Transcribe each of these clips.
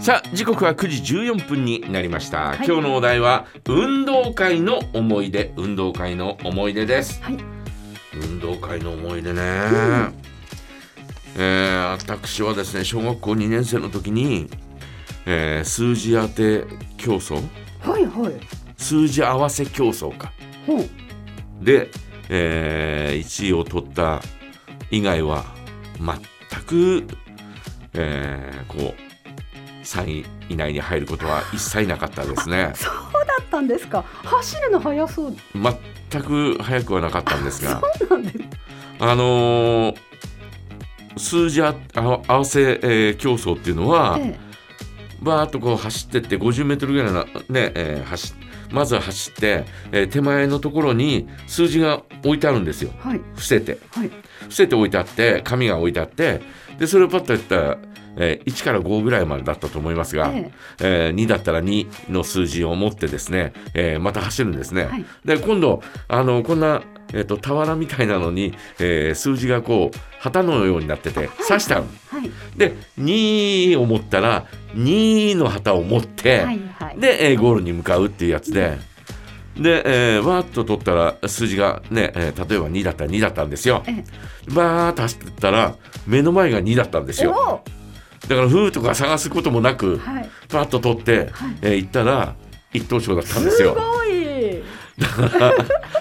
さあ時刻は9時14分になりました、はい今日のお題は運動会の思い出運動会の思い出です、はい運動会の思い出ね、えー私はですね小学校2年生の時に、えー数字当て競争はいはい。数字合わせ競争かほう。で、え1位を取った以外は全く、えーこう3位以内に入ることは一切なかったですねそうだったんですか。走るの速そう。全く早くはなかったんですがそうなんです。あのー数字ああ合わせ、えー競争っていうのは、えバーッとこう走ってって50メートルぐらいのね、えー走まずは走って、えー手前のところに数字が置いてあるんですよえはい伏せて。はい。伏せて置いてあって紙が置いてあってでそれをパッとやったら、えー1から5ぐらいまでだったと思いますが、ええー2だったら2の数字を持ってですね、えーまた走るんですね。はいで今度あのこんなえー、と俵みたいなのに、えー数字がこう旗のようになってて刺したの。はいで2を持ったら2の旗を持って、はいはい。で、えーゴールに向かうっていうやつで。で、えーわーっと取ったら数字がね、えー例えば2だったら2だったんですよ。えバーッと走ってったら目の前が2だったんですえよおだからふーとか探すこともなくはい。パッと取って、はいえー行ったら一等賞だったんですすよごい。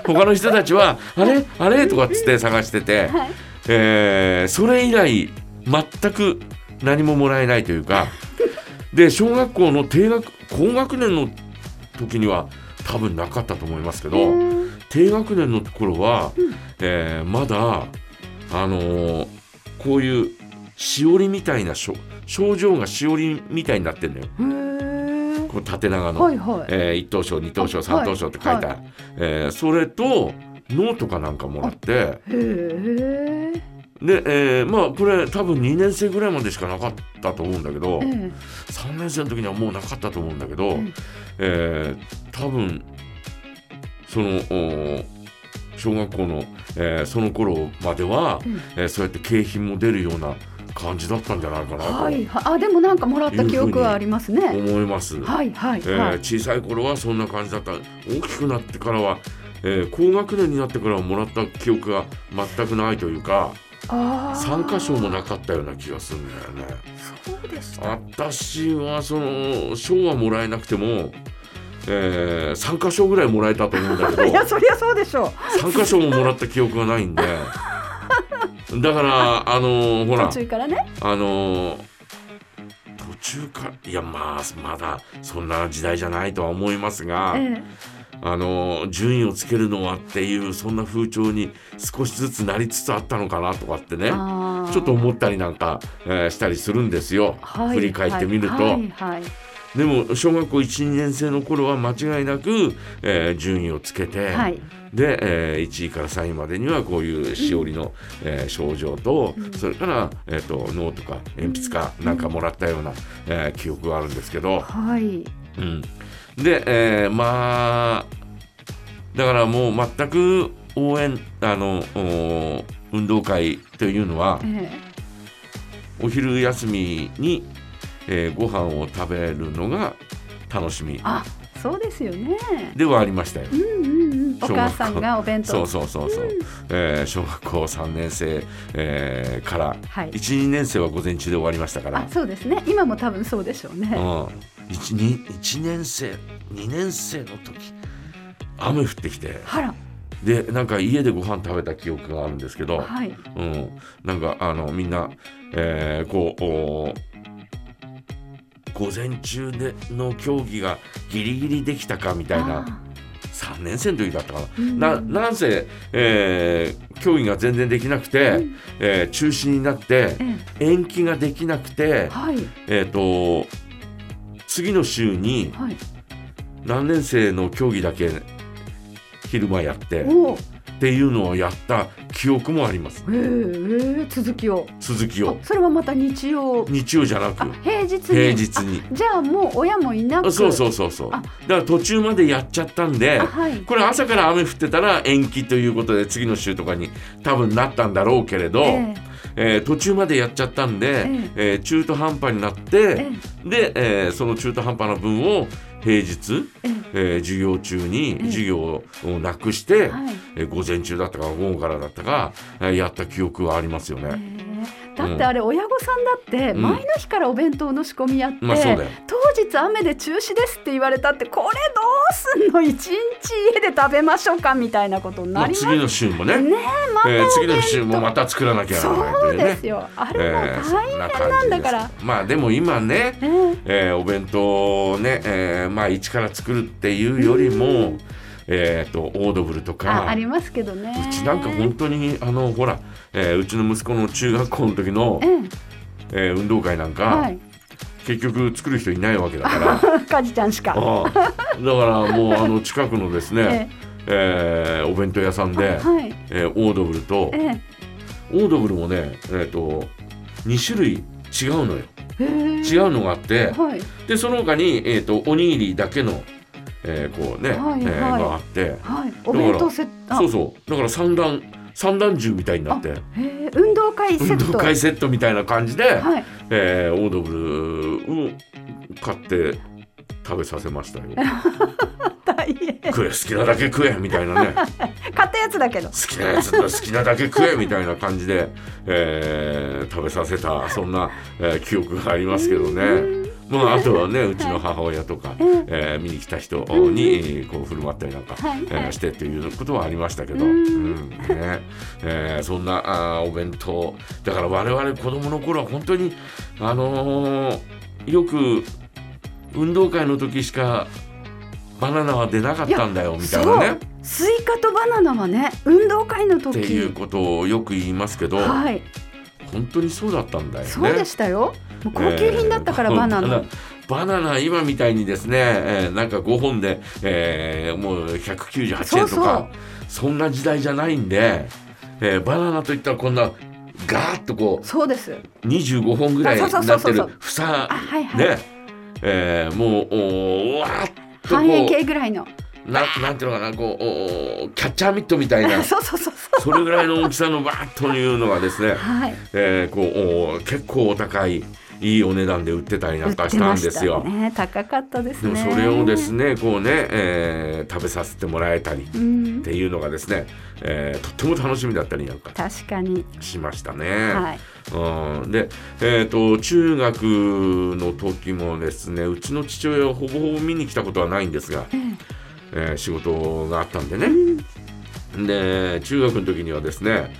他の人たち は「あれあれ?」とかっつって探してて、はい。えーそれ以来全く何ももらえないというか で小学校の低学高学年の時には多分なかったと思いますけど、えー低学年の頃は、うんえーまだあのーこういうしおりみたいなしょ症状がしおりみたいになってるのよへーこう縦長の、はいはい。えー一等賞二等賞あ三等賞って書いてある、はいえーそれとノートかなんかもらってへえ。で、えーまあこれ多分2年生ぐらいまでしかなかったと思うんだけど、ええ3年生の時にはもうなかったと思うんだけど、んえー多分そのお小学校の、えーその頃までは、うんえーそうやって景品も出るような感じだったんじゃないかなはいはい。あでもなんかもらった記憶はありますとね。思います。はいはいえはーい。小さい頃はそんな感じだった大きくなってからは、えー高学年になってからはもらった記憶が全くないというかああ。参加賞もなかったような気がするんだよね。そうでした。私はその賞はもらえなくても、えー、参加賞ぐらいもらえたと思うんだけ いどやそりゃそうでしょう。参加賞ももらった記憶がないんでだからあのほら途中からね。あの途中からいやまあまだそんな時代じゃないとは思いますが、ええあの順位をつけるのはっていうそんな風潮に少しずつなりつつあったのかなとかってねあーちょっと思ったりなんか、えーしたりするんですよ、はい振り返ってみると。はいはいはいでも小学校1、2年生の頃は間違いなく、えー順位をつけて、はいで、えー1位から3位までにはこういうしおりの、えー症状と、うんそれから、えー、と脳とか鉛筆かなんかもらったような、えー記憶があるんですけど、はいうん、で、えーまあだからもう全く応援あのお運動会というのはえお昼休みに、えーご飯を食べるのが楽しみあそうですよねではありましたよ。うんうんうんお小学校母さんがお弁当そうそうそうそう、えー小学校3年生、えーからはい12年生は午前中で終わりましたからあ、そうですね今も多分そうでしょううん、ね 1, に1年生2年生の時雨降ってきてあらでなんか家でご飯食べた記憶があるんですけど、はいうん、なんかあのみんな、えーこうおー午前中での競技がギリギリできたかみたいな。3年生の時だったかな、うんななんせ、えー競技が全然できなくて、うんえー中止になってえ延期ができなくてえ、はいえー、と次の週にはい何年生の競技だけ昼間やってっおおていうのをやった記憶もありますええええ続きを続きをあそれはまた日曜日曜じゃなあく平日に平日にあじゃあもう親もいなくそうそうそうそうだあから途中までやっちゃったんであはいこれ朝から雨降ってたら延期ということで次の週とかに多分なったんだろうけれど、えええー途中までやっちゃったんで、ええー中途半端になってえ、で、えーその中途半端な分を平日、ええー授業中にえ授業をなくして、はいえー午前中だったか午後からだったか、えーやった記憶はありますよね。えだってあれ親御さんだってうん前の日からお弁当の仕込みやって、まあそうだよ当日雨で中止ですって言われたってこれどうすんの一日家で食べましょうかみたいなことにまなあ、ります次の週もね、ねえー次の週もまた作らなきゃならないそうというねで。すよあれもうえー大そんな変なん感じだでかすら、まあでも今ね、えーえーお弁当をね、えーまあ一から作るっていうよりも、えー、とオードブルとあかありますけどねうちなんか本当にあのほら、えーうちの息子の中学校の時のえ、ーえー運動会なんか、はい 結局作る人いないわけだからカジちゃんし かああだからもうあの近くのですね、えーお弁当屋さんで、はいえーオードブルとえーオードブルもね、えー、と2種類違うのよえー違うのがあって。はいでその他に、えー、とおにぎりだけの、えーこうね、はいえーはいがあってはいお弁当セットあそうそうだから三段三段銃みたいになってえー運動会セ運ット動会セットみたいな感じで、はいえーオードブルを買って食べさせましたよ大変食え好きなだけ食えみたいなね買ったやつだけど好きなやつだ好きなだけ食えみたいな感じで、えー食べさせたそんな、えー記憶がありますけどね。まあ、あとはねうちの母親とか、うんえー見に来た人うんにこう振る舞ったりなんか、はいえーしてっていうことはありましたけど、うんうんねえーそんなあーお弁当だから我々子供の頃は本当にあのーよく運動会の時しかバナナは出なかったんだよみたいなねスイカとバナナはね運動会のって時いうことをよく言いますけど、はい本当にそうだったんだよね。そうでしたよ、もう高級品だったからえーバナナ、。バナナ今みたいにですね、えーなんか5本で、えーもう198円とかそそうそうんな時代じゃないんで、えーバナナといったらこんなガーッとこそうですう25本ぐらいそうそうにそなうっそてうる房あはいはい、ね、えーもうおーうわーっと半円こ形ぐらいのうななんていうのかなこうおーキャッチャーミットみたいな そうそうそうそそれぐらいの大きさのバーッというのがですね う、はいえーこうおー結構お高いいいお値段で売ってたりなんかしたんですよ。売ってましたね高かったですでもねそれをですねこうね、えー食べさせてもらえたりっうんていうのがですね、えーとっても楽しみだったりなんか確かに、しましたね。はいうんで、えー、と中学の時もですねうちの父親はほぼほぼ見に来たことはないんですが、えー仕事があったんでね、で中学の時にはですね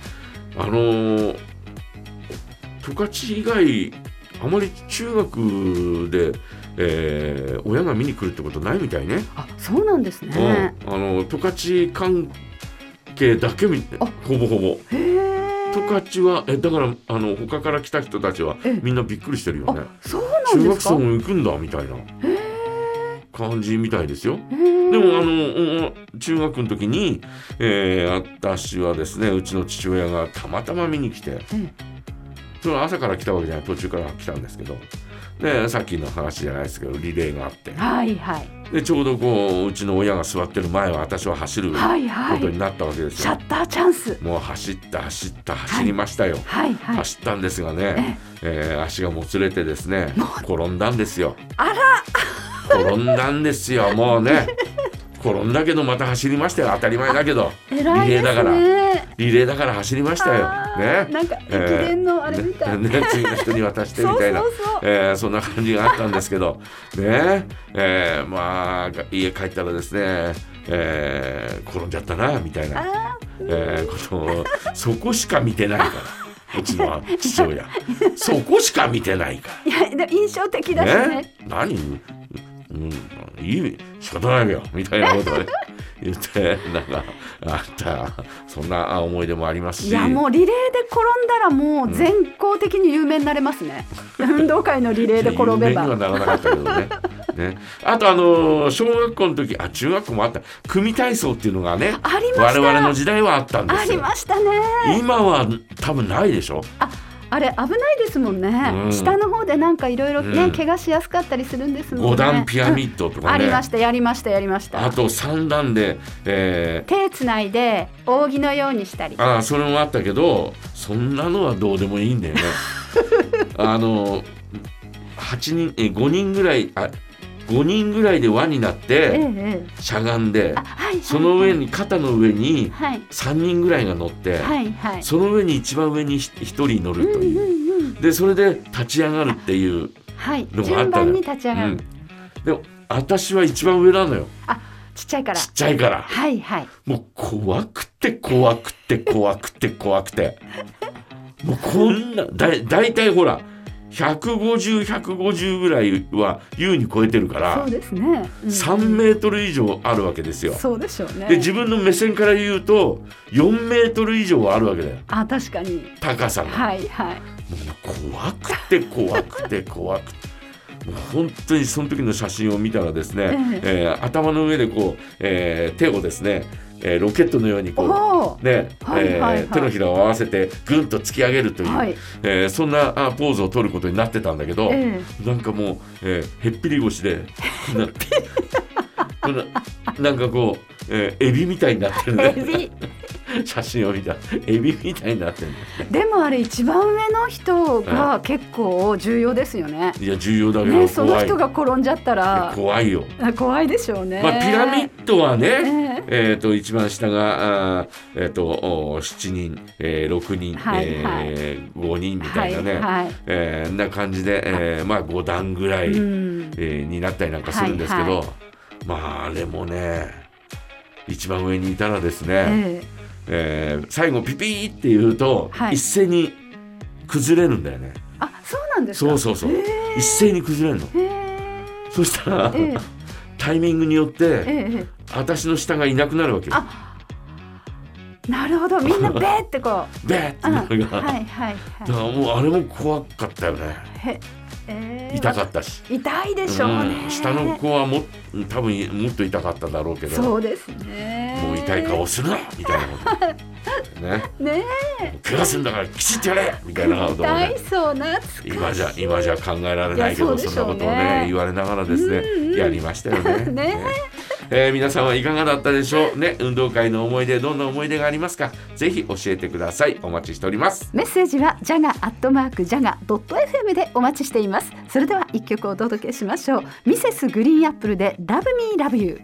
あのー十勝以外あまり中学で、えー親が見に来るってことないみたいね。あそうなんですうんね、あの十勝関係だけみあほぼほぼへえ十勝はえだからあの他から来た人たちはええみんなびっくりしてるよねあそうなん中で学すか生も行くんだみたいな感じみたいですよへーでもあのお中学の時に、えー私はですねうちの父親がたまたま見に来てえそれは朝から来たわけじゃない途中から来たんですけどでさっきの話じゃないですけどリレーがあってえはいはいでちょうどこううちの親が座ってる前は私は走るこはいはいとになったわけですシよ、ャッターチャンスもう走った走った走りましたよ、はいはい走ったんですがね、えー足がもつれてですね転んだんですよあ転んだんですよもうね転んだけどまた走りましたよ当たり前だけど偉いリレでーだすからねリレーだから走りましたよあーねなんかえー駅伝のあれみたい、ねね次の人に渡してみたいな そうそうそうえーそんな感じがあったんですけどねえーまあ家帰ったらですね、えー転んじゃったなみたいなあえーことをそこしか見てないからうちの父親そこしか見てないかーいやでも印象的だらしねね何、うん、いい仕方ないよみたいなことをね言ってなんかあったそんな思い出もありますしいやもうリレーで転んだらもう全校的に有名になれますね、運動会のリレーで転べば有名にはならなかったけ どねね、あとあのー小学校の時あ中学校もあった組体操っていうのがねありま我した々の時代はあったんであすりよましたね今は多分ないでしょあれ危ないですもんね、うん下の方でなんかいろいろね、うん怪我しやすかったりするんですもんね5段ピラミッドとあかね、りましたやりましたやりましたあと3段で、え手つないで扇のようにしたりーああそれもあったけどそんなのはどうでもいいんだよ ねあの八人え5人ぐらいあ5人ぐらいで輪になっえてえええしゃがんであはいはいその上に肩の上にはい3人ぐらいが乗って、はいはいその上に一番上に1人乗るとうんいうう、んうんでそれで立ち上がるっていう、はいのがあ順ったの番よに立ち上うがる、ん、でも私は一番上なのよちっちゃいからちっちゃいからはいはいもう怖くて怖くて怖くて怖くてもうこんなだい大体ほら150150ぐらいは優に超えてるかそらうですね、うん3メートル以上あるわけですよ。そうでしょうねで自分の目線から言うと4メートル以上はあるわけだよあ確かに高さが。はいはいもう怖くて怖くて怖くて。もう本当にその時の写真を見たらですね、ええー頭の上でこう、えー手をですね、えーロケットのようにおこおう、ねはいえーはいはい手のひらを合わせてぐんと突き上げるという、はいえーそんなあポーズを取ることになってたんだけど、えなんかもう、えーへっぴり腰でこ んなこんななんかこう、えーエビみたいになってる えエ ねビ写真を見たエビみたいになってるでもあれ一番上の人が結構重要ですよね。いや重要だけど怖い。ね、その人が転んじゃったいやら怖いよ。あ怖いでしょうね。まあ、ピラミッドはね、ねえー、と一番下があーえーとお7人、えー6人、はいはいえー5人みたはいいなね、はい。えーな感じで、えーまあ、5段ぐらい、うんえーになったりなんかするんですけど、はまああれもね一番上にいたらですね、えええー最後ピピーって言うと、はい一斉に崩れるんだよねあそうなんですか。そうそうそう、え一斉に崩れるのえそしたら、ええタイミングによって、えええ私の下がいなくなるわけよあえなるほどみんなべーってこ ベーってう、うん、なはるいのが、はいはいだからもうあれも怖かったよねへええ痛かったし、痛いでしょうね、うん、下の子はも多分もっと痛かっただろうけどそうですねもう痛い顔するなみたいなことねね怪我するんだからきちっとやれみたいなことを痛ねいそう懐かしい今じゃ今じゃ考えられないけどいやそうでそしょんなうねことをね言われながらですね、うんうんやりましたよ ねねえー皆さんはいかがだったでしょうね運動会の思い出どんな思い出がありますかぜひ教えてくださいお待ちしておりますメッセージはジャガアットマークジャガドット FM でお待ちしていますそれでは一曲お届けしましょうミセスグリーンアップルでラブミーラブユー